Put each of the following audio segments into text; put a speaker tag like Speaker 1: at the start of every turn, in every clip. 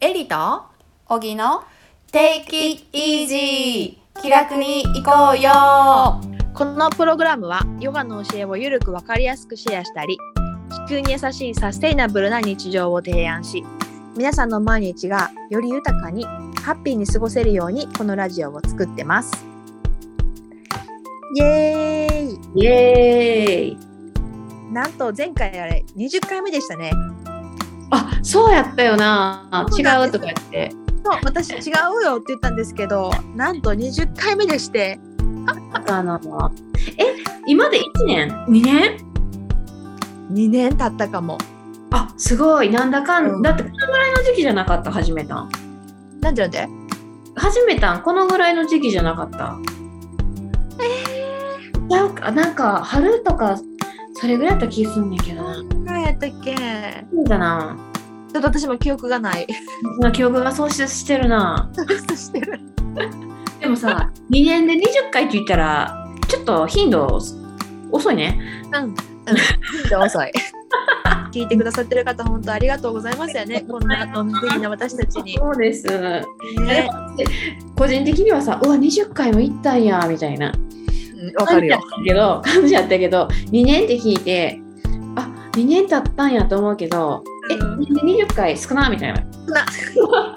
Speaker 1: エリと
Speaker 2: 小木の
Speaker 1: Take it
Speaker 2: 気楽に行こうよ
Speaker 3: このプログラムはヨガの教えをゆるくわかりやすくシェアしたり地球に優しいサステイナブルな日常を提案し皆さんの毎日がより豊かにハッピーに過ごせるようにこのラジオを作ってますイエーイ
Speaker 1: イエーイ
Speaker 3: なんと前回あれ20回目でしたね
Speaker 1: あそうやったよな
Speaker 3: そう
Speaker 1: 違
Speaker 3: なん
Speaker 1: う
Speaker 3: です
Speaker 1: とか言って
Speaker 3: そう私違うよって言ったんですけどなんと20回目でして
Speaker 1: あのえ今で1年2年
Speaker 3: 2年経ったかも
Speaker 1: あすごいなんだかん、
Speaker 3: うん
Speaker 1: だってこのぐらいの時期じゃなかった始めたん
Speaker 3: なんでなんで
Speaker 1: 始めたんこのぐらいの時期じゃなかったえー、なんかなんか春とかそれぐらいやった気すんねんけどな
Speaker 3: 何やったっけち
Speaker 1: そうだな
Speaker 3: ょっと私も記憶がない
Speaker 1: そ の記憶が喪失してるな
Speaker 3: してる
Speaker 1: でもさ2年で20回って言ったらちょっと頻度遅いね
Speaker 3: うん、うん、遅い。聞いてくださってる方、本当ありがとうございますよね。こんな、のんびりな私たちに。
Speaker 1: そうです、
Speaker 3: ね、
Speaker 1: 個人的にはさうわ20回も行ったんやみたいな
Speaker 3: うんわかるよ。
Speaker 1: 感じやったけど感じやったけど2年って聞いてあ2年経ったんやと思うけどえ
Speaker 3: うん
Speaker 1: 二20回少なみたいな
Speaker 3: 少な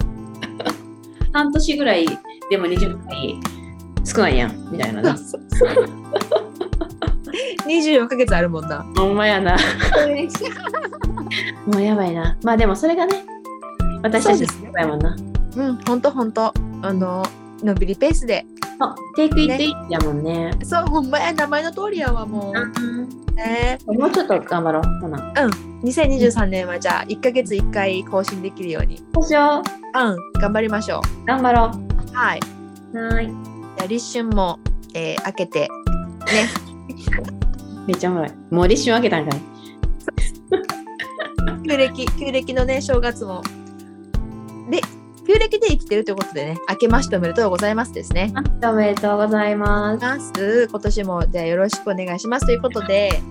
Speaker 1: 半年ぐらいでも20回少ないやんみたいなな
Speaker 3: 24ヶ月あるもんな。
Speaker 1: ほんまやなもうやばいなまあでもそれがね私たちの
Speaker 3: そうですね
Speaker 1: やもんな
Speaker 3: うん、本当本当あの、のんびりペースで。
Speaker 1: そうテイクイットイットやもんね
Speaker 3: そう、ほんまや、名前の通りやわ、もう。ね、
Speaker 1: もうちょっと頑張ろうほな
Speaker 3: 2023年はじゃあ、1ヶ月1回更新できるように。
Speaker 1: そうしよ
Speaker 3: うん、頑張りましょ
Speaker 1: う頑張ろ
Speaker 3: う。はい。じ
Speaker 1: うはーい
Speaker 3: ゃあ立春も、えー、明けて。
Speaker 1: めっちゃおもろいもう立春開けたんかい
Speaker 3: 旧暦旧暦のね正月もで旧暦で生きてるということでね明けましておめでとうございますですね。
Speaker 1: おめでとうございます
Speaker 3: ます今年もじゃあよろしくお願いしますということで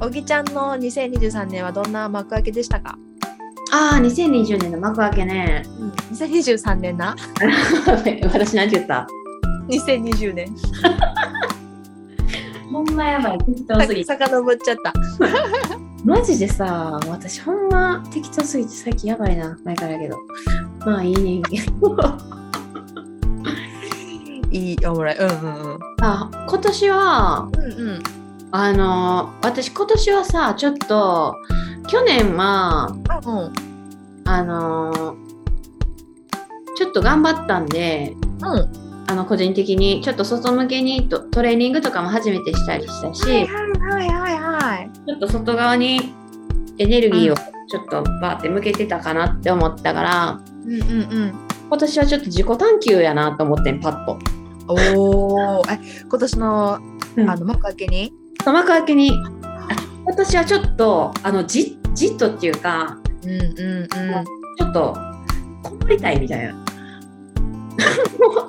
Speaker 3: 小木ちゃんの2023年はどんな幕開けでしたか、
Speaker 1: ああ2020年の幕開けね
Speaker 3: うん、?2023 年な
Speaker 1: 私なんて言った
Speaker 3: ?2020 年
Speaker 1: ほんまやばい適当すぎて
Speaker 3: さかのぼっちゃった。
Speaker 1: マジでさ私ほんま適当すぎて最近やばいな前からやけどまあいいねんけど
Speaker 3: いいおもろい。うんうんうん。
Speaker 1: あ今年は
Speaker 3: うんうん。
Speaker 1: あの私今年はさちょっと去年は
Speaker 3: あうん
Speaker 1: あのちょっと頑張ったんで
Speaker 3: うん、は
Speaker 1: あの個人的にちょっと外向けにとトレーニングとかも初めてしたりしたし、
Speaker 3: いはいはいはい。
Speaker 1: ちょっと外側にエネルギーをちょっとバーって向けてたかなって思ったから
Speaker 3: うんうんうん。
Speaker 1: 今年はちょっと自己探求やなと思ってんパッと。
Speaker 3: おお。え今年の
Speaker 1: うん、
Speaker 3: あの幕開けに、
Speaker 1: 幕開けにあ今年はちょっとあのじじっとっていうか
Speaker 3: うんうんうん。
Speaker 1: ちょっとこもりたいみ たいな。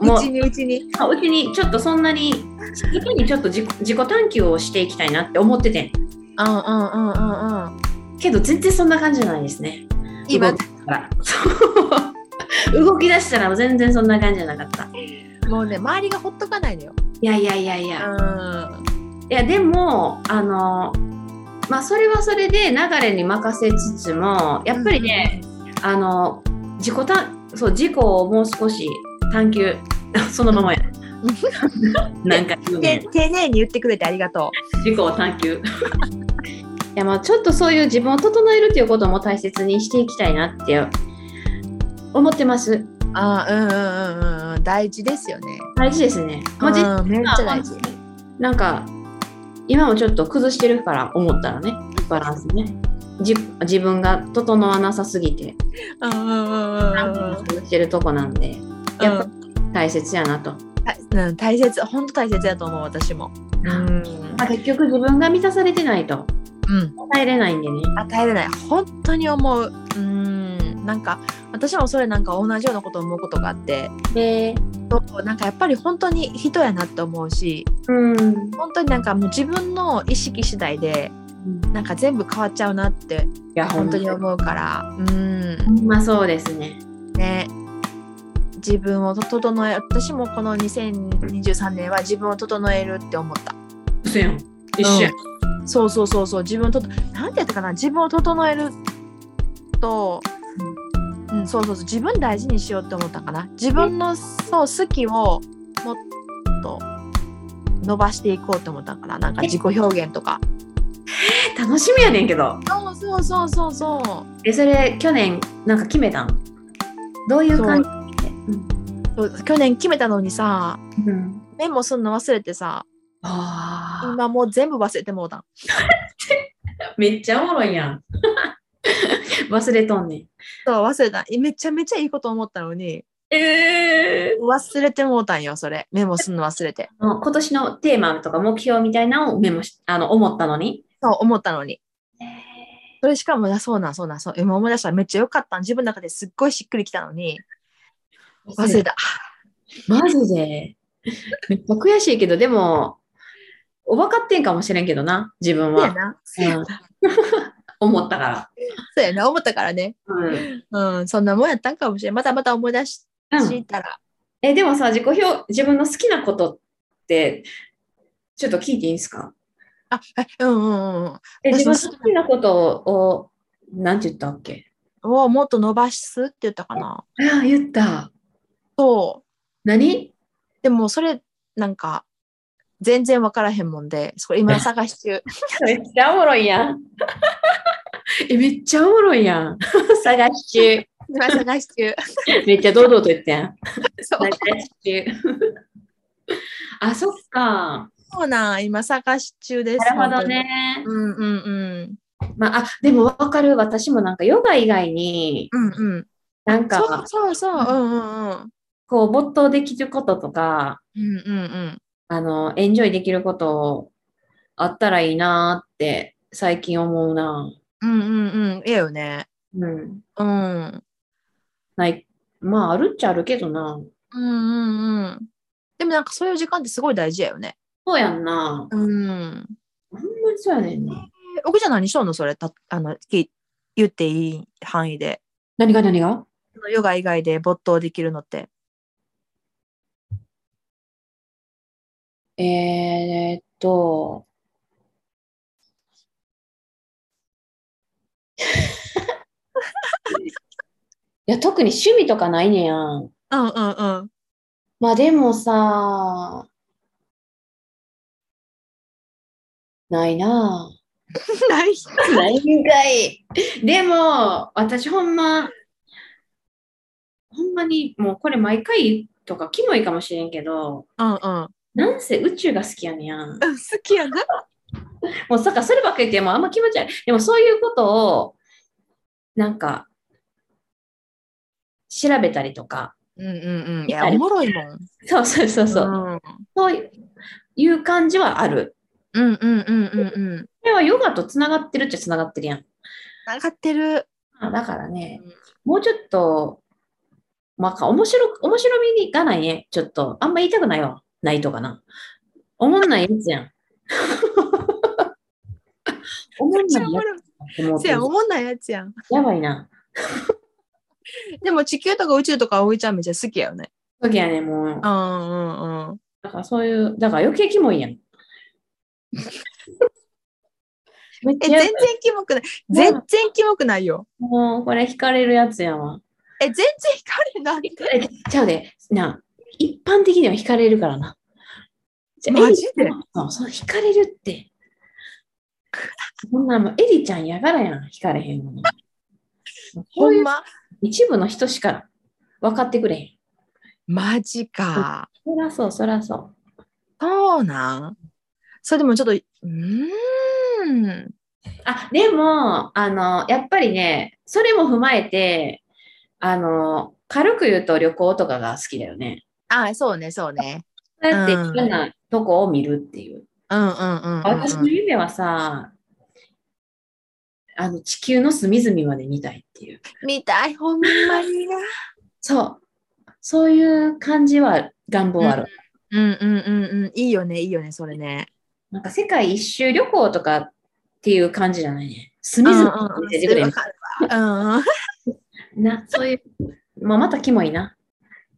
Speaker 1: も
Speaker 3: う
Speaker 1: う
Speaker 3: ちにうちに。
Speaker 1: あうちにちょっとそんなに自分にちょっと自己自己探求をしていきたいなって思っててん
Speaker 3: うんうんうんうんうん。
Speaker 1: けど全然そんな感じじゃないですね。
Speaker 3: 今
Speaker 1: 動きだからそう 動き出したら全然そんな感じじゃなかった。
Speaker 3: もうね周りがほっとかないのよ。
Speaker 1: いやいやいやいうや、
Speaker 3: ん。
Speaker 1: いやでもあのまあそれはそれで流れに任せつつもやっぱりね、あの自己たそう自己をもう少し探求 そのままや なんか言うね
Speaker 3: で丁寧に言ってくれてありがと
Speaker 1: 自己を探求 いやまあちょっとそういう自分を整えるということも大切にしていきたいなって思ってます
Speaker 3: う。あうんうんうんうんうん大事ですよね。
Speaker 1: 大事ですねもう実
Speaker 3: うんめっちゃ大事。
Speaker 1: なんか今もちょっと崩してるから思ったらねバランスねじ自分が整わなさすぎて
Speaker 3: うんうんうんうんうん
Speaker 1: 崩してるとこなんでやっぱ大切やなと、
Speaker 3: たうん大切本当大切だと思う私も。うん。
Speaker 1: まあ、結局自分が満たされてないと
Speaker 3: うん。
Speaker 1: 与えれないんでね
Speaker 3: 与えれない本当に思う。うん。なんか私もそれなんか同じようなこと思うことがあって、
Speaker 1: で
Speaker 3: そうなんかやっぱり本当に人やなって思うし。
Speaker 1: うん
Speaker 3: 本当になんかもう自分の意識次第でなんか全部変わっちゃうなって
Speaker 1: いや
Speaker 3: 本
Speaker 1: 本
Speaker 3: 当
Speaker 1: 当
Speaker 3: に
Speaker 1: に
Speaker 3: 思うからうん
Speaker 1: ほんまそうですね
Speaker 3: 自分を整え私もこの2023年は自分を整えるって思った
Speaker 1: せやん。一緒やん。
Speaker 3: そうそうそうそう自分をとなんてやったかな自分を整えると、うんそうそうそう自分大事にしようって思ったかな自分のそう好きをもっと伸ばしていこうって思ったかななんか自己表現とか
Speaker 1: え楽しみやねんけど。
Speaker 3: そうそうそうそうそう
Speaker 1: え、それ、去年、なんか決めたんどういう感じ
Speaker 3: そう去年決めたのにさ
Speaker 1: うん。
Speaker 3: メモすんの忘れてさ
Speaker 1: あ
Speaker 3: 今もう全部忘れてもうたん
Speaker 1: あ。めっちゃおもろいやん。 忘れとんねん。
Speaker 3: そう忘れたえめちゃめちゃいいこと思ったのに
Speaker 1: ええ
Speaker 3: 忘れてもうたんよそれメモすんの忘れて
Speaker 1: 今年のテーマとか目標みたいなのをメモし、あの、思ったのに。
Speaker 3: そう思ったのにそれしかもなそうなんそうなんそう今思い出しためっちゃ良かったん自分の中ですっごいしっくりきたのに忘れた
Speaker 1: マジで。めっちゃ悔しいけど、でも、おばかってんかもしれんけどな、自分
Speaker 3: そうや
Speaker 1: は。
Speaker 3: な
Speaker 1: うん 思ったから。
Speaker 3: そうやな思ったからね
Speaker 1: うん
Speaker 3: うんそんなもんやったんかもしれんまたまた思い出ししたら、
Speaker 1: え、でもさ、自己表、自分の好きなことって、ちょっと聞いていいですか
Speaker 3: あえうんうんうん
Speaker 1: え、自分
Speaker 3: 私の
Speaker 1: の好きなことを、なんて言ったっけ
Speaker 3: をもっと伸ばすって言ったかな
Speaker 1: ああ、言った。
Speaker 3: そう
Speaker 1: 何
Speaker 3: でもそれなんか全然分からへんもんでそれ今探し 中
Speaker 1: めっちゃおもろいやん。 え、めっちゃおもろいやん。探し中。
Speaker 3: 今探し中
Speaker 1: めっちゃ堂々と言ってん。
Speaker 3: そう
Speaker 1: 探し中。 あ、そっか。
Speaker 3: そうなん今探し中です
Speaker 1: なるほどね
Speaker 3: 本。当にうんうんうん
Speaker 1: まあ、あでもわかる。私もなんかヨガ以外に、
Speaker 3: うんうん
Speaker 1: なんか、
Speaker 3: そうそうそううんうんうん
Speaker 1: こう没頭できることとか、
Speaker 3: うんうんうん
Speaker 1: あの、エンジョイできることあったらいいなーって最近思うな。
Speaker 3: うんうんうんいいよね
Speaker 1: うん。
Speaker 3: うん
Speaker 1: ない。まあ、あるっちゃあるけどな。
Speaker 3: うんうんうんでもなんかそういう時間ってすごい大事やよね
Speaker 1: そうやんな。
Speaker 3: うん
Speaker 1: ほんまにそうやねんな。
Speaker 3: え奥ちゃん何しとんのそれたあのき言っていい範囲で
Speaker 1: 何が何が
Speaker 3: そのヨガ以外で没頭できるのって
Speaker 1: えーっと。 いや、特に趣味とかないねやん。
Speaker 3: うんうんうん
Speaker 1: まあでもさ、ないなぁ。
Speaker 3: ない
Speaker 1: ないんかい。でも、私ほんま、ほんまにもうこれ毎回とかキモいかもしれんけど、
Speaker 3: うんうん
Speaker 1: なんせ宇宙が好きやねやん。
Speaker 3: うん好きやな。
Speaker 1: もうそっか、そればっかり言ってもうあんま気持ち悪い。でもそういうことを、なんか、調べたりとか、
Speaker 3: うんうんうん。い
Speaker 1: 見た
Speaker 3: や、
Speaker 1: り
Speaker 3: おもろいもん。
Speaker 1: そうそうそうそう、
Speaker 3: ん。
Speaker 1: そういう感じはある。
Speaker 3: うんうんうんうんうん。
Speaker 1: これはヨガとつながってるっちゃつながってるやん。
Speaker 3: 上がってる。
Speaker 1: あだからね
Speaker 3: うん、
Speaker 1: もうちょっと、まあか、面白く、面白みがないね。ちょっと、あんま言いたくないわ。ないとかな。おもんないやつ やん。おもんないや
Speaker 3: ろい。
Speaker 1: つやん
Speaker 3: せや、おもんないやつやん。
Speaker 1: やばいな。
Speaker 3: でも地球とか宇宙とか葵ちゃんめっちゃ好きやよね。
Speaker 1: 時やね、もう
Speaker 3: う。んうんうん。
Speaker 1: だからそういう、だから余計キモいやん。めっ
Speaker 3: え、
Speaker 1: ちゃ
Speaker 3: 全然キモくない。全然キモくないよ。
Speaker 1: もうこれ惹かれるやつやわ。
Speaker 3: え、全然光なんて。
Speaker 1: えちゃうで、な、一般的には惹かれるからな。じゃ
Speaker 3: マジで
Speaker 1: エリそう、そう、惹かれるって。そんなもうエリちゃんやからやん、惹かれへんのに。こ
Speaker 3: ほ
Speaker 1: うんいう
Speaker 3: ま。
Speaker 1: 一部の人しか分かってくれへん。
Speaker 3: マジか。
Speaker 1: そらそう、そらそう。
Speaker 3: そうなん。それでもちょっと、うーん。
Speaker 1: あ、でも、あの、やっぱりね、それも踏まえて、あの、軽く言うと旅行とかが好きだよね。
Speaker 3: あ、そうね、そうね。
Speaker 1: そうやってい
Speaker 3: うん
Speaker 1: ろんなとこを見るっていう。
Speaker 3: うんうんうんうんうん。
Speaker 1: 私の夢はさ、あの、地球の隅々まで見たいっていう。
Speaker 3: 見たい、ほんまにな。
Speaker 1: そう。そういう感じは願望ある。
Speaker 3: うんうんうんうん。いいよね、いいよね、それね。
Speaker 1: なんか世界一周旅行とかっていう感じじゃないね。
Speaker 3: うん
Speaker 1: 隅
Speaker 3: うん
Speaker 1: 々まで見せてくれ
Speaker 3: うん
Speaker 1: る
Speaker 3: わ。かるわうんうん。
Speaker 1: な、そういう、まあ、またキモいな。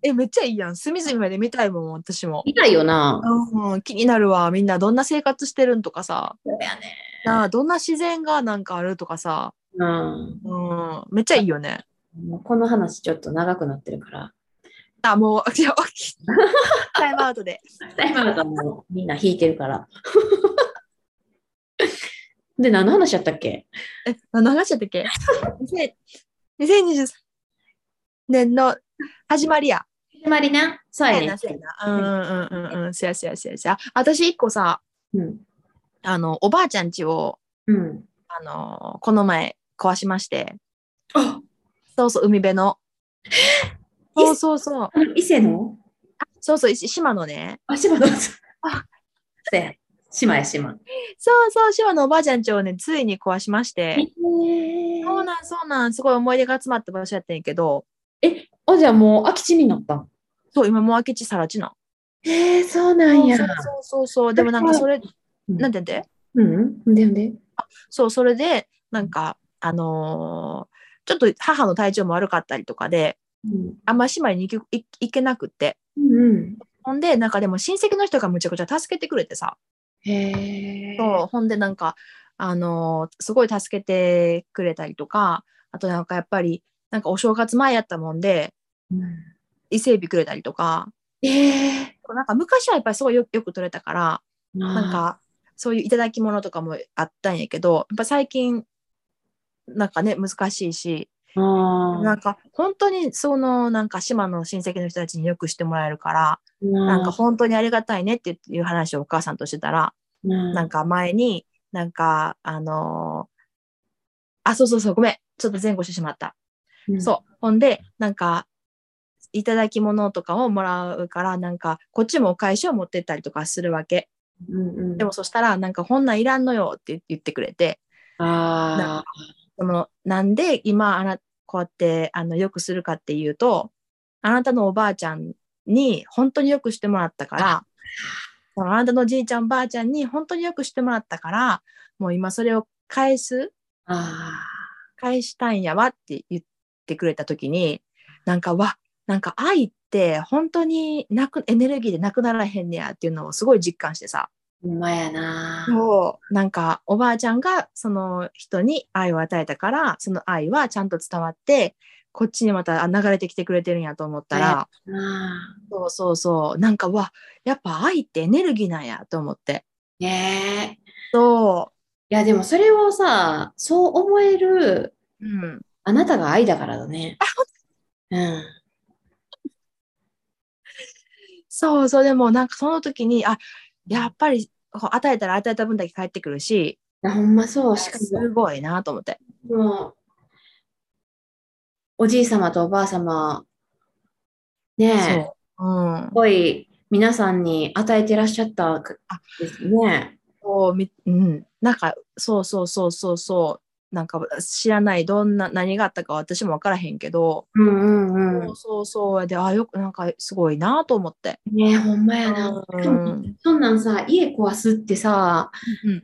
Speaker 3: え、めっちゃいいやん。隅々まで見たいもん、私も。
Speaker 1: 見たいよな。
Speaker 3: うん、気になるわ。みんなどんな生活してるんとかさ。
Speaker 1: そうやね。
Speaker 3: なあどんな自然がなんかあるとかさ。
Speaker 1: うん。
Speaker 3: うん、めっちゃいいよね。
Speaker 1: もうこの話ちょっと長くなってるから。
Speaker 3: あ、もう、い や、 タイムアウトで。
Speaker 1: タイムアウトもみんな引いてるから。 で、何の話やったっけ
Speaker 3: え、何の話だったっけ ?2023 年の始まりや。
Speaker 1: 始まりな。そうやね。
Speaker 3: そうやなうんうんうんうん。そやそやそやそや。私一個さ、
Speaker 1: うん。
Speaker 3: あの、おばあちゃん家を、
Speaker 1: うん。
Speaker 3: あの、この前壊しまして。
Speaker 1: あ
Speaker 3: そうそう、海 辺の。そうそうそう。
Speaker 1: あの伊勢の
Speaker 3: そうそう、石島のね。
Speaker 1: あ、島の。
Speaker 3: あ
Speaker 1: そうや。島や島。
Speaker 3: そうそう、島のおばあちゃん家をね、ついに壊しまし
Speaker 1: え
Speaker 3: て。そうなん、そうなん、すごい思い出が詰まった場所やってんけど、
Speaker 1: あ、じゃあもう空き地になった。
Speaker 3: そう、今もう明智さらちな。
Speaker 1: えー、そうな
Speaker 3: そ
Speaker 1: ん
Speaker 3: う
Speaker 1: や。
Speaker 3: そうそうそう、でもなんかそれ、
Speaker 1: うん
Speaker 3: なんて言って
Speaker 1: うん。んでんで。
Speaker 3: そう、それで、なんか、あのーちょっと母の体調も悪かったりとかで、
Speaker 1: うん。
Speaker 3: あんまり島に行け行行けなくって。
Speaker 1: うん。
Speaker 3: ほんで、なんかでも親戚の人がむちゃくちゃ助けてくれてさ。
Speaker 1: へえ。
Speaker 3: そうほんでなんか、あのーすごい助けてくれたりとか、あとなんかやっぱり、なんかお正月前やったもんで、
Speaker 1: うん。
Speaker 3: 伊勢海老くれたりとか、
Speaker 1: ええ。
Speaker 3: なんか昔はやっぱりすごいよよく取れたから、
Speaker 1: な
Speaker 3: なん。かそういういただき物とかもあったんやけど、やっぱ最近、なんかね、難しいし、
Speaker 1: あ
Speaker 3: なんか本当にそのなんか島の親戚の人たちによくしてもらえるから、
Speaker 1: な
Speaker 3: なんか本当にありがたいねっていう話をお母さんとしてたら、
Speaker 1: な
Speaker 3: なんか前に、なんか、あのーあ、そうそうそう、ごめん。ちょっと前後してしまった。そう。ほんで、なんか、いただき物とかをもらうから、なんか、こっちもお返しを持ってったりとかするわけ。
Speaker 1: うん。うんうん。
Speaker 3: でも、そしたら、なんか、ほんなんいらんのよって言ってくれて、
Speaker 1: ああ。
Speaker 3: その、なんで今、あな、こうやって、あの、よくするかっていうと、あなたのおばあちゃんに本当によくしてもらったから、そのあなたのじいちゃんばあちゃんに本当によくしてもらったから、もう今それを返す
Speaker 1: あ
Speaker 3: 返したいんやわって言ってくれた時になんかわなんか愛って本当になくエネルギーでなくならへんねやっていうのをすごい実感してさ
Speaker 1: あ。うまやな。
Speaker 3: そうなんかおばあちゃんがその人に愛を与えたからその愛はちゃんと伝わってこっちにまたあ流れてきてくれてるんやと思ったら、
Speaker 1: なあ
Speaker 3: そうそうそうなんかわやっぱ愛ってエネルギーなんやと思って
Speaker 1: ねえ。
Speaker 3: そ
Speaker 1: いや、でもそれをさ、そう思える
Speaker 3: う、うん、
Speaker 1: あなたが愛だからだね。うん。
Speaker 3: そうそうでもなんかその時にあやっぱりこう与えたら与えた分だけ返ってくるし、
Speaker 1: いやほんまそう。しか
Speaker 3: すごいなと思って。
Speaker 1: も、もうおじい様とおばあ様、ねえ、す
Speaker 3: そう。うん。
Speaker 1: ごい皆さんに与えてらっしゃった
Speaker 3: あ
Speaker 1: ですね。
Speaker 3: こうみうん。なんか、そうそうそうそうそう。なんか知らないどんな何があったか私も分からへんけど、
Speaker 1: うんうん
Speaker 3: そううそうそうであよくなんかすごいなと思って、
Speaker 1: ん。ねえ、ほんまやな。
Speaker 3: う
Speaker 1: しかも
Speaker 3: ん、
Speaker 1: そんなんさ、家壊すってさ、
Speaker 3: うん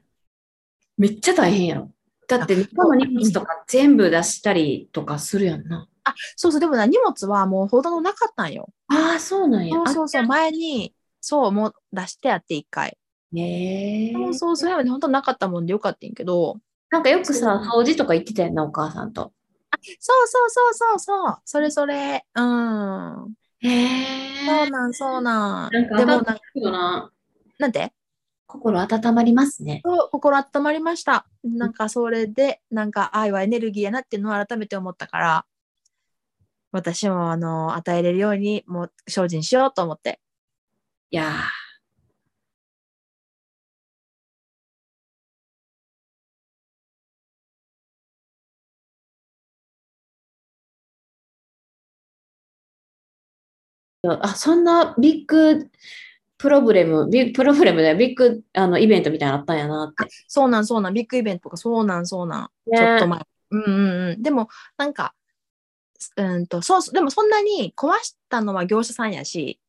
Speaker 1: めっちゃ大変やろ。だって、他の荷物とか全部出したりとかするやんな。
Speaker 3: そうそうでもな荷物はもうほとんどなかったんよ
Speaker 1: ああ、そうなんや
Speaker 3: そ。うそうそう前にそうもう出してやって一回、
Speaker 1: ねえ。
Speaker 3: そうそうそういうのほんとなかったもんでよかったんやけど
Speaker 1: なんかよくさ、掃除とか言ってたやんな、お母さんと。
Speaker 3: そうそうそうそうそうそれそれうん
Speaker 1: へ
Speaker 3: そう
Speaker 1: え。
Speaker 3: なんそうなん
Speaker 1: なんか
Speaker 3: でもなん
Speaker 1: 温まるよな。
Speaker 3: なんて
Speaker 1: 心温まりますね。
Speaker 3: そう心温まりました。なんかそれで、なんか愛はエネルギーやなっていうのを改めて思ったから、私もあの、与えれるように、もう精進しようと思って。
Speaker 1: いやー。あそんなビッグプロブレム、ビッグプロブレムだよ、ビッグあのイベントみたいなのあったんやなって。
Speaker 3: そうなんそうなん、ビッグイベントとか、そうなんそうなん、
Speaker 1: ね
Speaker 3: ちょっと前。うんうんうん。でも、なんか、うんと、そうそう、でもそんなに壊したのは業者さんやし、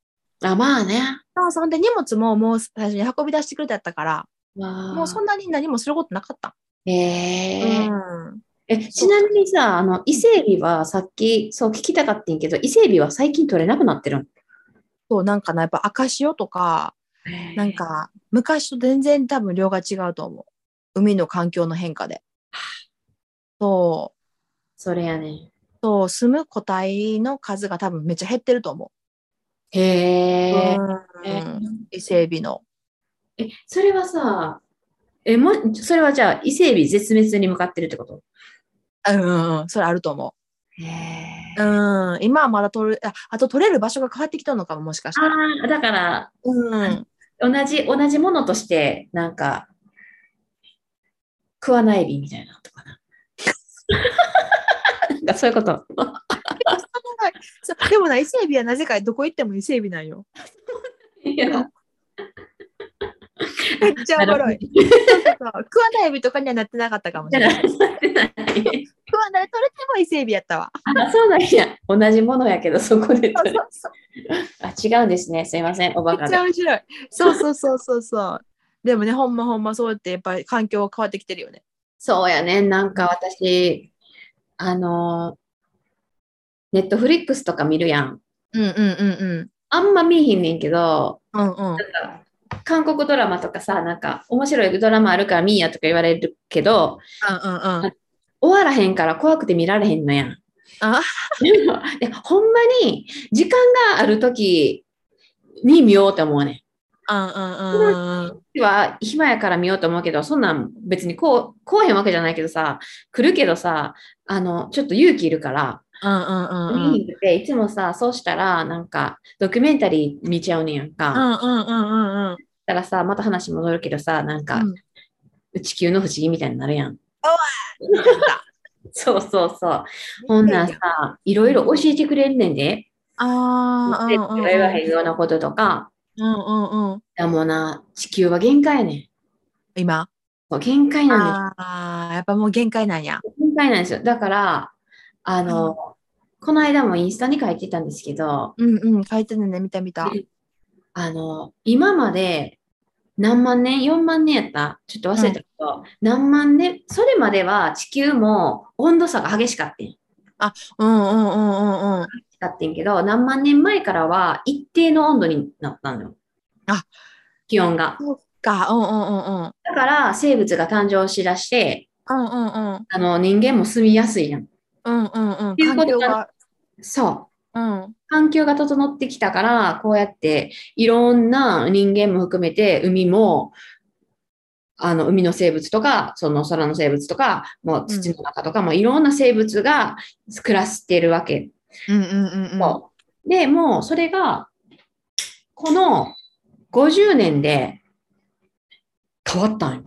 Speaker 1: あ、まあね。
Speaker 3: そうそうほんで荷物ももう最初に運び出してくれてやったから、
Speaker 1: も
Speaker 3: もうそんなに何もすることなかった。
Speaker 1: えー
Speaker 3: うん。
Speaker 1: えちなみにさ、あの伊勢海老はさっき、そう聞きたかったんけど、伊勢海老は最近取れなくなってるん
Speaker 3: そう、なんかな、やっぱ赤潮とか、なんか昔と全然多分量が違うと思う。海の環境の変化で。そう。
Speaker 1: それやね。
Speaker 3: そう、住む個体の数が多分めっちゃ減ってると思
Speaker 1: へ
Speaker 3: う。
Speaker 1: え。
Speaker 3: う
Speaker 1: え
Speaker 3: ん、伊勢海老の。
Speaker 1: え、それはさ、え、もう、それはじゃあ、伊勢海老絶滅に向かってるってこと
Speaker 3: うんうん、それあると思
Speaker 1: へえ。
Speaker 3: う。うん、今はまだ取る、ああと取れる場所が変わってきたのかも、もしかしたら。
Speaker 1: ああ、だから、
Speaker 3: うん、
Speaker 1: 同じ、同じものとして、なんか、食わないエビみたいなのとかな。なんかそういうこと。
Speaker 3: そうでもな、伊勢海老はなぜかどこ行っても伊勢海老なんよ。
Speaker 1: いや、
Speaker 3: めっちゃおもろい。そうそうそう食わないエビとかにはなってなかったかもし
Speaker 1: じゃ
Speaker 3: れない。
Speaker 1: なってない。
Speaker 3: 食わない、取れても伊勢海老やったわ。
Speaker 1: あ、そうなんや。同じものやけど、そこで
Speaker 3: そ
Speaker 1: 取
Speaker 3: う
Speaker 1: れ。
Speaker 3: そうそう
Speaker 1: あ、違うんですね。すいません。おバ
Speaker 3: め
Speaker 1: カ
Speaker 3: っちゃ
Speaker 1: で。
Speaker 3: 面白い。そうそうそうそうそう。でもね、ほんまほんまそうやってやっぱり環境が変わってきてるよね。
Speaker 1: そうやね。なんか私、あの、ネットフリックスとか見るやん。
Speaker 3: うんうんうん
Speaker 1: あんま見えひんねんけど、
Speaker 3: うん。うんうん。
Speaker 1: 韓国ドラマとかさ、なんか面白いドラマあるから見んやとか言われるけど、
Speaker 3: うんうんうん。
Speaker 1: 終わらへんから怖くて見られへんのやん。
Speaker 3: あ
Speaker 1: でほんまに時間がある時に見ようと思うねん。
Speaker 3: うんうんうん。
Speaker 1: は暇やから見ようと思うけど、そんなん別にこう、こうへんわけじゃないけどさ、来るけどさ、あの、ちょっと勇気いるから、
Speaker 3: うんうんうんうん。
Speaker 1: 見に行って、いつもさ、そうしたら、なんか、ドキュメンタリー見ちゃうねんやんか。
Speaker 3: う
Speaker 1: だ
Speaker 3: んうんうんうんうん。
Speaker 1: からさ、また話戻るけどさ、なんか、地球の不思議みたいになるやん。そうそうそう。ほんなんさ、いろいろ教えてくれんねんで、
Speaker 3: ああ、
Speaker 1: 言って言わへんようなこととか、
Speaker 3: うんうんうん。
Speaker 1: いやもうな、地球は限界やねん。
Speaker 3: 今。
Speaker 1: そう限界なんです。
Speaker 3: ああ、やっぱもう限界なんや。
Speaker 1: 限界なんですよ。だから、あの、この間もインスタに書いてたんですけど、
Speaker 3: うんうん、書いてるね、見た見た。
Speaker 1: あの、今まで何万年 ?4 万年やったちょっと忘れたけど、何万年それまでは地球も温度差が激しかったん
Speaker 3: うんうんうんうんうん。
Speaker 1: だってんけど、何万年前からは一定の温度になったのよ。
Speaker 3: あ
Speaker 1: 気温が。
Speaker 3: そうか、うんうんうんうん。
Speaker 1: だから生物が誕生しだして、
Speaker 3: うんうんうん。
Speaker 1: あの人間も住みやすいやん。
Speaker 3: うんうんうん。環境が。
Speaker 1: そう。
Speaker 3: うん。
Speaker 1: 環境が整ってきたから、こうやっていろんな人間も含めて海も、あの海の生物とか、その空の生物とか、もう土の中とか、もういろんな生物が暮らしてるわけ。
Speaker 3: うんうんうんうん。
Speaker 1: で、もうそれが、この50年で変わったんよ。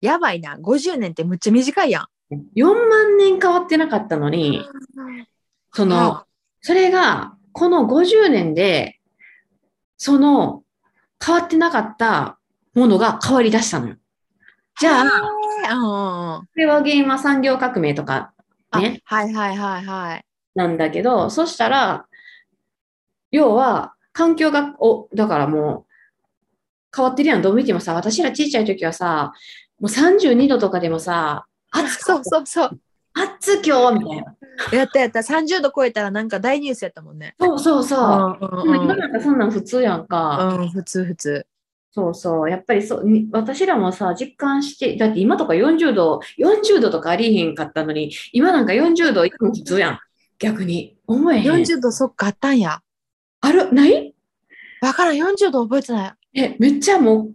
Speaker 3: やばいな、50年ってむっちゃ短いやん。
Speaker 1: 4万年変わってなかったのに、その、それが、この50年で、その、変わってなかったものが変わり出したのよ。じゃあ、こ
Speaker 3: へーうんうんうん。
Speaker 1: れは原因は産業革命とか
Speaker 3: あ
Speaker 1: ね、
Speaker 3: はいはいはいはい。
Speaker 1: なんだけど、そしたら、要は、環境が、お、だからもう、変わってるやん。どう見てもさ、私らちっちゃい時はさ、もう32度とかでもさ、暑く、
Speaker 3: そうそうそう。
Speaker 1: 暑今日みたいな。
Speaker 3: やったやった。30度超えたらなんか大ニュースやったもんね。
Speaker 1: そうそうそう。
Speaker 3: う
Speaker 1: でも今なんかそんなん普通やんか。
Speaker 3: うん、普通普通。
Speaker 1: そうそう、やっぱりそうに私らもさ、実感して、だって今とか40度、40度とかありえへんかったのに、今なんか40度いくの普通やん。逆に。思えへん。
Speaker 3: 40度そっかあったんや。
Speaker 1: ある、ない
Speaker 3: わからん、40度覚えてない。
Speaker 1: え、めっちゃもう、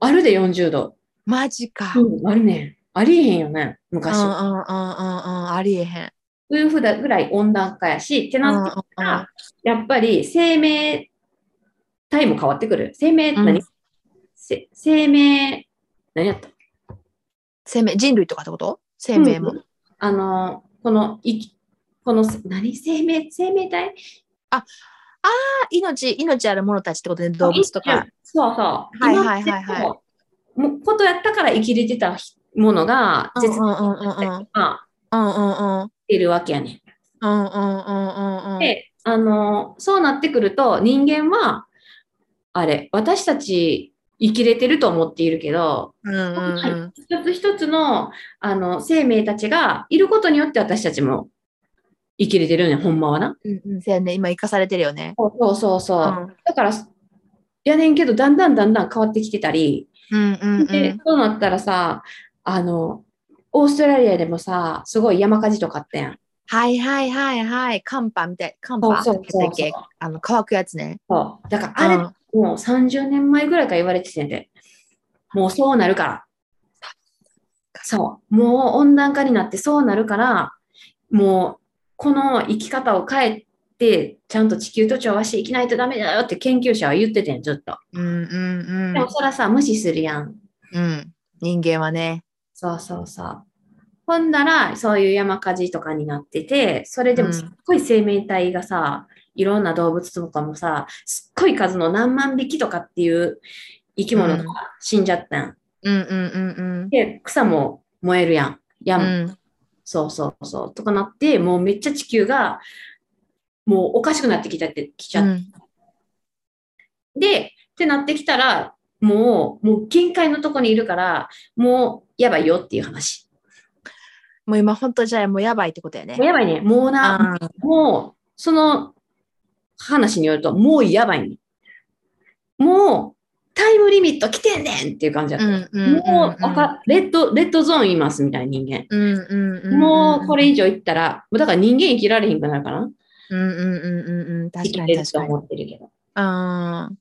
Speaker 1: あるで40度。
Speaker 3: マジか。うん、うん、
Speaker 1: うん、あるねん。ありえへんよね、昔。
Speaker 3: うん、うん、う
Speaker 1: と、
Speaker 3: ん、ありえへん。
Speaker 1: いうふうだぐらい温暖化やし、って
Speaker 3: うん、うん、
Speaker 1: なってきたら、やっぱり生命体も変わってくる。生命、
Speaker 3: うん
Speaker 1: 何せ生命、何やった
Speaker 3: 生命、人類とかってこと生命も。
Speaker 1: うんあのこのいきこのせ何生命生命体
Speaker 3: あ命、命ある者たちってことね、動物とか。
Speaker 1: そうそう
Speaker 3: はいはいはいはい
Speaker 1: 今までのもうことやったから生きれてたものが
Speaker 3: うん、
Speaker 1: 絶
Speaker 3: うん、うん、うん、うん、うん、うん、うん、
Speaker 1: 滅が
Speaker 3: うん、
Speaker 1: いるわけやね、、
Speaker 3: うん、うんん。
Speaker 1: であのそうなってくると人間はあれ私たち生きれてると思っているけど、
Speaker 3: うんうん
Speaker 1: 一つ一つのあの生命たちがいることによって私たちも生きれてるんや、ほんまはな。
Speaker 3: うんうん。そうやね。今生かされてるよね。
Speaker 1: そうそうそうそうう。
Speaker 3: ん
Speaker 1: だから、やねんけど、だんだんだんだん変わってきてたり、
Speaker 3: うんうんう
Speaker 1: で
Speaker 3: ん。
Speaker 1: そうなったらさ、あの、オーストラリアでもさ、すごい山火事とかあったやん。
Speaker 3: はいはいはいはい。カンパみたい。カンパ。
Speaker 1: そうそうそうそう
Speaker 3: なんだっけあの、乾くやつね。
Speaker 1: そう。だから、あれ、
Speaker 3: うん
Speaker 1: もう30年前ぐらいから言われててんで、もうそうなるから。そう。もう温暖化になってそうなるから、もうこの生き方を変えて、ちゃんと地球と調和して生きないとダメだよって研究者は言っててん、ずっと。
Speaker 3: うんうん
Speaker 1: でもそらさ、無視するやん。
Speaker 3: うん。うん。人間はね。
Speaker 1: そうそうそう。ほんだら、そういう山火事とかになってて、それでもすっごい生命体がさ、いろんな動物とかもさ、すっごい数の何万匹とかっていう生き物が死んじゃったん。
Speaker 3: うんうんうん
Speaker 1: で、草も燃えるやん。
Speaker 3: うん。う
Speaker 1: 山、
Speaker 3: ん。
Speaker 1: そうそうそう。とかなって、もうめっちゃ地球が、もうおかしくなってきちゃって、きちゃっ
Speaker 3: うん
Speaker 1: で、ってなってきたら、もう、もう限界のとこにいるから、もうやばいよっていう話。
Speaker 3: もう今本当じゃあもうやばいってことやね
Speaker 1: もう。やばいね。もうな、
Speaker 3: あー
Speaker 1: もう、その話によると、もうやばいね、もう、タイムリミット来てんねんっていう感じだ
Speaker 3: う
Speaker 1: っ
Speaker 3: んう
Speaker 1: た。
Speaker 3: んうんうん
Speaker 1: もう赤レッド、レッドゾーンいますみたいな人間。
Speaker 3: うんうんうんうん。
Speaker 1: もうこれ以上いったら、もうだから人間生きられへんくなるかな
Speaker 3: うんうんうんうんう
Speaker 1: 生
Speaker 3: ん。確
Speaker 1: き
Speaker 3: か
Speaker 1: て
Speaker 3: に
Speaker 1: る
Speaker 3: 確
Speaker 1: と
Speaker 3: かに。うん。
Speaker 1: 思ってるけど。
Speaker 3: な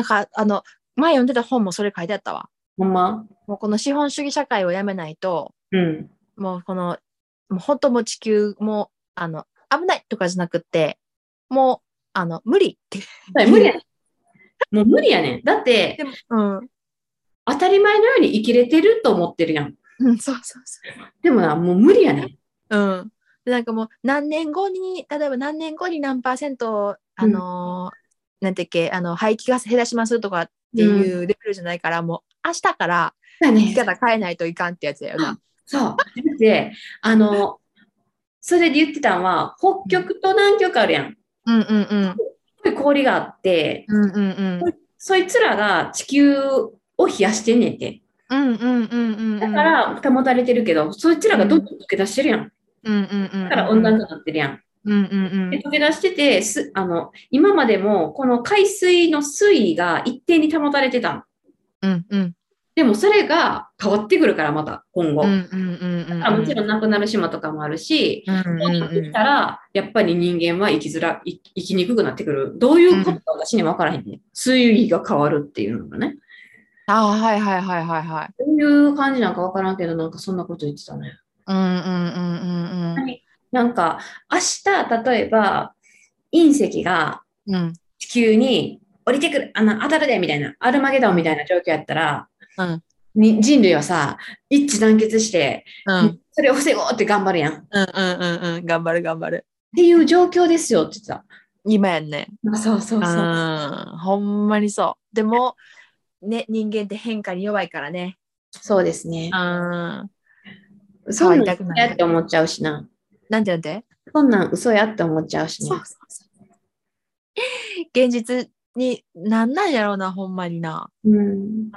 Speaker 3: んかあの、前読んでた本もそれ書いてあったわ。
Speaker 1: ほんま
Speaker 3: もうこの資本主義社会をやめないと、
Speaker 1: うん。
Speaker 3: もうこの、もう本当もう地球も、あの、危ないとかじゃなくって、もう、あの、無理って。
Speaker 1: だから無理やねん。もう無理やねん。だって、
Speaker 3: うん。
Speaker 1: 当たり前のように生きれてると思ってるやん。
Speaker 3: うん、そうそうそ
Speaker 1: でもな、もう無理やねん。
Speaker 3: う。うん。でなんかもう、何年後に、例えば何年後に何パーセント、あのーなんていうっけ、あの、排気ガス減らしますとかっていうレベルじゃないから、もう、明日から
Speaker 1: だ
Speaker 3: 生
Speaker 1: ね
Speaker 3: き方変えないといかんってやつやよな。
Speaker 1: そう。で、あの、それで言ってたのは、北極と南極あるやん。
Speaker 3: うんうんう
Speaker 1: す
Speaker 3: ん。
Speaker 1: ごい氷があって、
Speaker 3: うんうんうん。
Speaker 1: そいつらが地球を冷やしてんねんて。
Speaker 3: うんうんうんうん。
Speaker 1: だか、ら保たれてるけど、そいつらがどんどん溶け出してるやん。
Speaker 3: うんうんうん。
Speaker 1: だから温暖化になってるやん。
Speaker 3: うんうんうん
Speaker 1: で溶け出しててすあの、今までもこの海水の水位が一定に保たれてたの。
Speaker 3: うんうん
Speaker 1: でもそれが変わってくるから、また今後。
Speaker 3: うんう
Speaker 1: だ
Speaker 3: んうんうん。
Speaker 1: からもちろんなくなる島とかもあるし、
Speaker 3: うんうん
Speaker 1: そうなって
Speaker 3: う
Speaker 1: き
Speaker 3: ん
Speaker 1: たら、やっぱり人間は生きづら、い生きにくくなってくる。どういうことか私には分からへんね。水位が変わるっていうのがね。
Speaker 3: ああ、はいはいはいはいはい。
Speaker 1: どういう感じなんか分からんけど、なんかそんなこと言ってたね。
Speaker 3: うんうんうんうん
Speaker 1: なんか、明日、例えば、隕石が
Speaker 3: うん。うん
Speaker 1: 地球に降りてくる、あの、当たるで、みたいな、アルマゲドンみたいな状況やったら、
Speaker 3: うん
Speaker 1: に人類はさ、一致団結して、
Speaker 3: うん
Speaker 1: それを防ごうって頑張るやん。っ
Speaker 3: うんうんうん。頑張る頑張る。
Speaker 1: ていう状況ですよって言ってた。
Speaker 3: 今やんね。
Speaker 1: あそうそううそう。
Speaker 3: ん。ほんまにそう。でも、ね、人間って変化に弱いからね。
Speaker 1: そうですね
Speaker 3: う。ん。
Speaker 1: そうなん
Speaker 3: 変わりたくない
Speaker 1: やって思っちゃうしな。
Speaker 3: なんてなんて
Speaker 1: そんなん嘘やって思っちゃうしね。
Speaker 3: そうそうそう。現実になんなんやろうな、ほんまにな。
Speaker 1: うん。
Speaker 3: うん。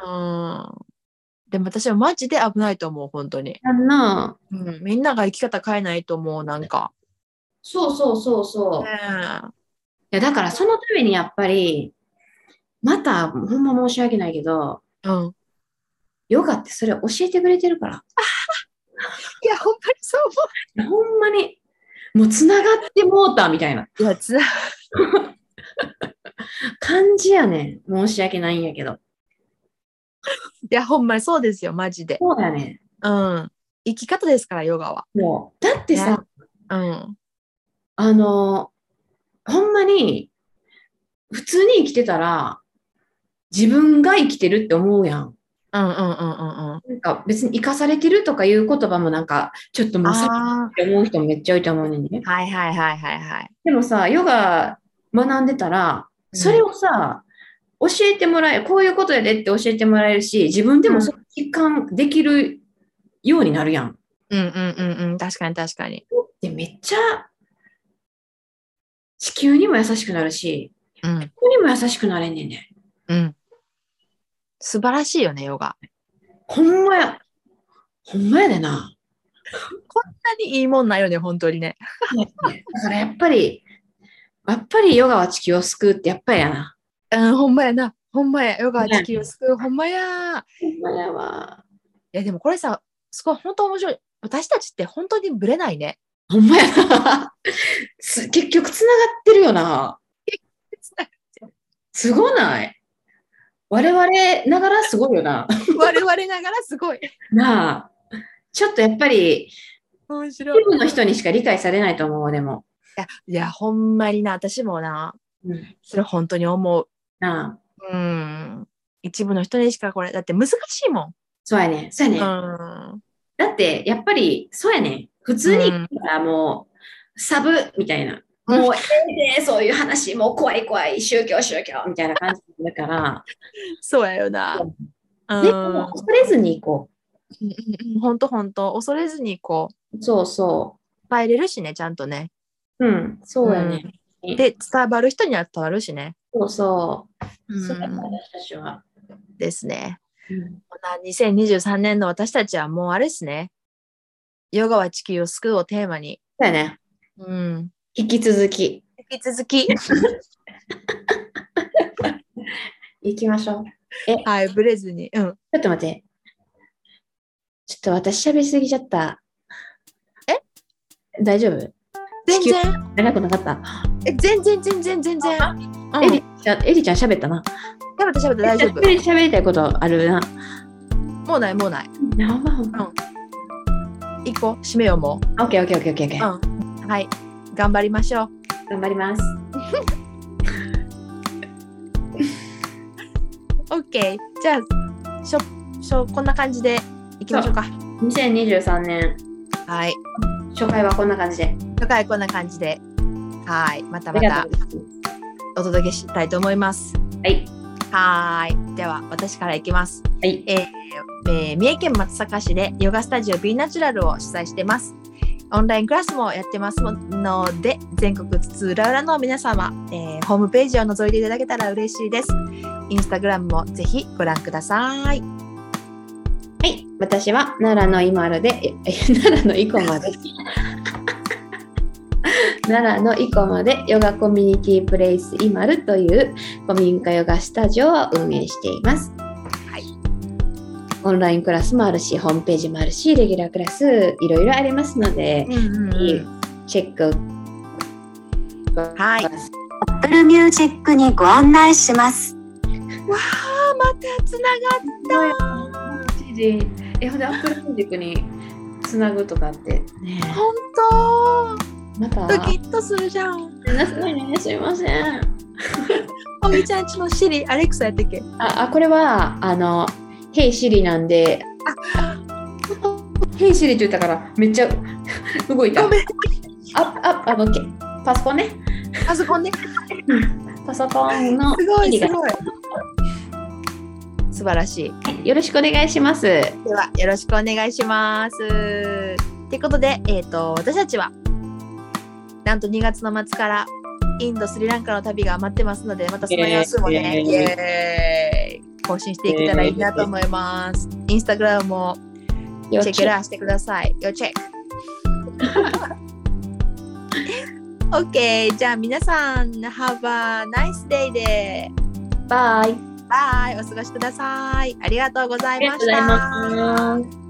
Speaker 3: でも私はマジで危ないと思う、本当に。
Speaker 1: やんな。
Speaker 3: うん、みんなが生き方変えないと思う、なんか。
Speaker 1: そうそうそうそう。い
Speaker 3: ね
Speaker 1: や、だからそのためにやっぱり、また、ほんま申し訳ないけど、
Speaker 3: えうん。
Speaker 1: ヨガってそれ教えてくれてるから。
Speaker 3: いや、ほんまにそう
Speaker 1: ほんまに、もうつながってもうたみたいな
Speaker 3: 思う。いや、つ
Speaker 1: 感じやねん。申し訳ないんやけど。
Speaker 3: いや、ほんまにそうですよ、マジで。
Speaker 1: そうだね。
Speaker 3: うん。生き方ですから、ヨガは。
Speaker 1: もう。だってさ、
Speaker 3: うん。
Speaker 1: あの、ほんまに、普通に生きてたら、自分が生きてるって思うやん。
Speaker 3: うんうんうんうんうん。
Speaker 1: なんか別に生かされてるとかいう言葉もなんかちょっともうさ
Speaker 3: あ
Speaker 1: って思う人もめっちゃ多いと思うねんね。
Speaker 3: あ。はいはいはいはいはい。
Speaker 1: でもさ、ヨガ学んでたら、
Speaker 3: うん
Speaker 1: それをさ、教えてもらえる、こういうことやでって教えてもらえるし、自分でもそう実感できるようになるやん。
Speaker 3: うんうんうんうん。確かに確かに。
Speaker 1: で、めっちゃ地球にも優しくなるし、
Speaker 3: うん。
Speaker 1: ここにも優しくなれんねんね。
Speaker 3: うん。素晴らしいよね、ヨガ。
Speaker 1: ほんまや。ほんまやでな。
Speaker 3: そんなにいいもんないよね、本当にね。
Speaker 1: だからやっぱり、やっぱりヨガは地球を救うってやっぱりやな。
Speaker 3: うん、ほんまやな。ほんまや。ヨガは地球を救う。ほんまや。
Speaker 1: ほんまやわ。
Speaker 3: いやでもこれさ、すごい本当面白い。私たちって本当にブレないね。
Speaker 1: ほんまやな。す結局つながってるよな。すごない我々ながらすごいよな。
Speaker 3: 我々ながらすごい。
Speaker 1: なあ。ちょっとやっぱり、
Speaker 3: 面白い
Speaker 1: 一。部の人にしか理解されないと思うわ、でも。
Speaker 3: いや、いやほんまにな、私もな、
Speaker 1: うん、
Speaker 3: それ本当に思う。
Speaker 1: なあ。
Speaker 3: うん。一部の人にしかこれ、だって難しいも
Speaker 1: そうやね。そうや
Speaker 3: ん。
Speaker 1: ね。
Speaker 3: うん。
Speaker 1: だって、やっぱり、そうやね。普通に、
Speaker 3: うん
Speaker 1: もう、サブみたいな。
Speaker 3: うん
Speaker 1: もう、ええで、そういう話、もう怖い怖い、宗教宗教みたいな感じだから、
Speaker 3: そうやよな。
Speaker 1: う
Speaker 3: うん。
Speaker 1: でも、恐れずに行こ
Speaker 3: 本当本当恐れずにこう、
Speaker 1: う。そうそ
Speaker 3: 伝えれるしね、ちゃんとね。
Speaker 1: う。うん、そうやね。
Speaker 3: うんで、伝わる人には伝わるしね。
Speaker 1: そうそう。そうやね
Speaker 3: うん
Speaker 1: 私たちは。
Speaker 3: ですね。
Speaker 1: うん
Speaker 3: まあ2023年の私たちはもうあれですね。ヨガは地球を救うをテーマに、
Speaker 1: そうやね。
Speaker 3: うん、
Speaker 1: 引き続き、
Speaker 3: 引き続き、
Speaker 1: 行きましょう。
Speaker 3: はい、ブレずに、うん。
Speaker 1: ちょっと待って。ちょっと私喋りすぎちゃった。え大丈夫
Speaker 3: 全然、
Speaker 1: 長くなかった。
Speaker 3: え全然、全然、全然。うん、
Speaker 1: エリちゃん、エリちゃん喋ったな。
Speaker 3: 食べた、食べた、大丈夫
Speaker 1: 喋。り喋りたいことあるな。
Speaker 3: もうない、もうない。
Speaker 1: やばほんま。
Speaker 3: 行こう、締めよう、も
Speaker 1: オッケーオッケーオッケーオッケー。
Speaker 3: う。はい、頑張りましょう。
Speaker 1: 頑張ります。
Speaker 3: オッケー、じゃあ、しょ、しょ、こんな感じで行きましょうか。
Speaker 1: 2023年
Speaker 3: はい、
Speaker 1: 初回はこんな感じで。
Speaker 3: 初回こんな感じで、はい、また
Speaker 1: あ
Speaker 3: ま
Speaker 1: りが
Speaker 3: た
Speaker 1: とうございます。
Speaker 3: お届けしたいと思います。
Speaker 1: はい。
Speaker 3: はーい、では、私から行きます。
Speaker 1: はい。
Speaker 3: えーえー三重県松阪市でヨガスタジオ B ナチュラルを主催しています。オンラインクラスもやってますので、全国津々浦々の皆様、えーホームページを覗いていただけたら嬉しいです。インスタグラムもぜひご覧くださ
Speaker 1: は
Speaker 3: い。
Speaker 1: い。私は奈良の今あるで、ええ 奈良の生駒です。奈良の生駒でヨガコミュニティプレイスイマルという古民家ヨガスタジオを運営しています。
Speaker 3: い
Speaker 1: オンラインクラスもあるし、ホームページもあるし、レギュラークラスいろいろありますので、チェック
Speaker 3: はい。
Speaker 4: Apple Music にご案内します。
Speaker 3: わあ、またつな
Speaker 1: 一時えほんでアップルミュージックにつなぐとかってね
Speaker 3: が本
Speaker 1: また
Speaker 3: 当ドキッとするじゃん。
Speaker 1: なさいねすいません
Speaker 3: おぎちゃんちのシリ、アレクサやったっけ
Speaker 1: ああこれはあの「ヘイシリ」なんで「ヘイシリ」って言ったからめっちゃ動いた
Speaker 3: ごめん、
Speaker 1: あああのけパソコンね
Speaker 3: パソコンね。
Speaker 1: パソコンの
Speaker 3: すごい、す
Speaker 1: は
Speaker 3: ごい。素晴らしい。
Speaker 1: いよろしくお願いします
Speaker 3: ではよろしくお願いします。ということで、えー、と私たちはなんと2月の末からインドスリランカの旅が待ってますのでまたその様子もね、
Speaker 1: イエーイ
Speaker 3: イエーイ更新していけたらいいなと思います。インスタグラムもチ
Speaker 1: よ
Speaker 3: ェックラーしてください。よチェック OK じゃあ皆さん Have a nice day で
Speaker 1: バイ
Speaker 3: バイお過ごしください。ありがとうござ
Speaker 1: あ
Speaker 3: いました。
Speaker 1: す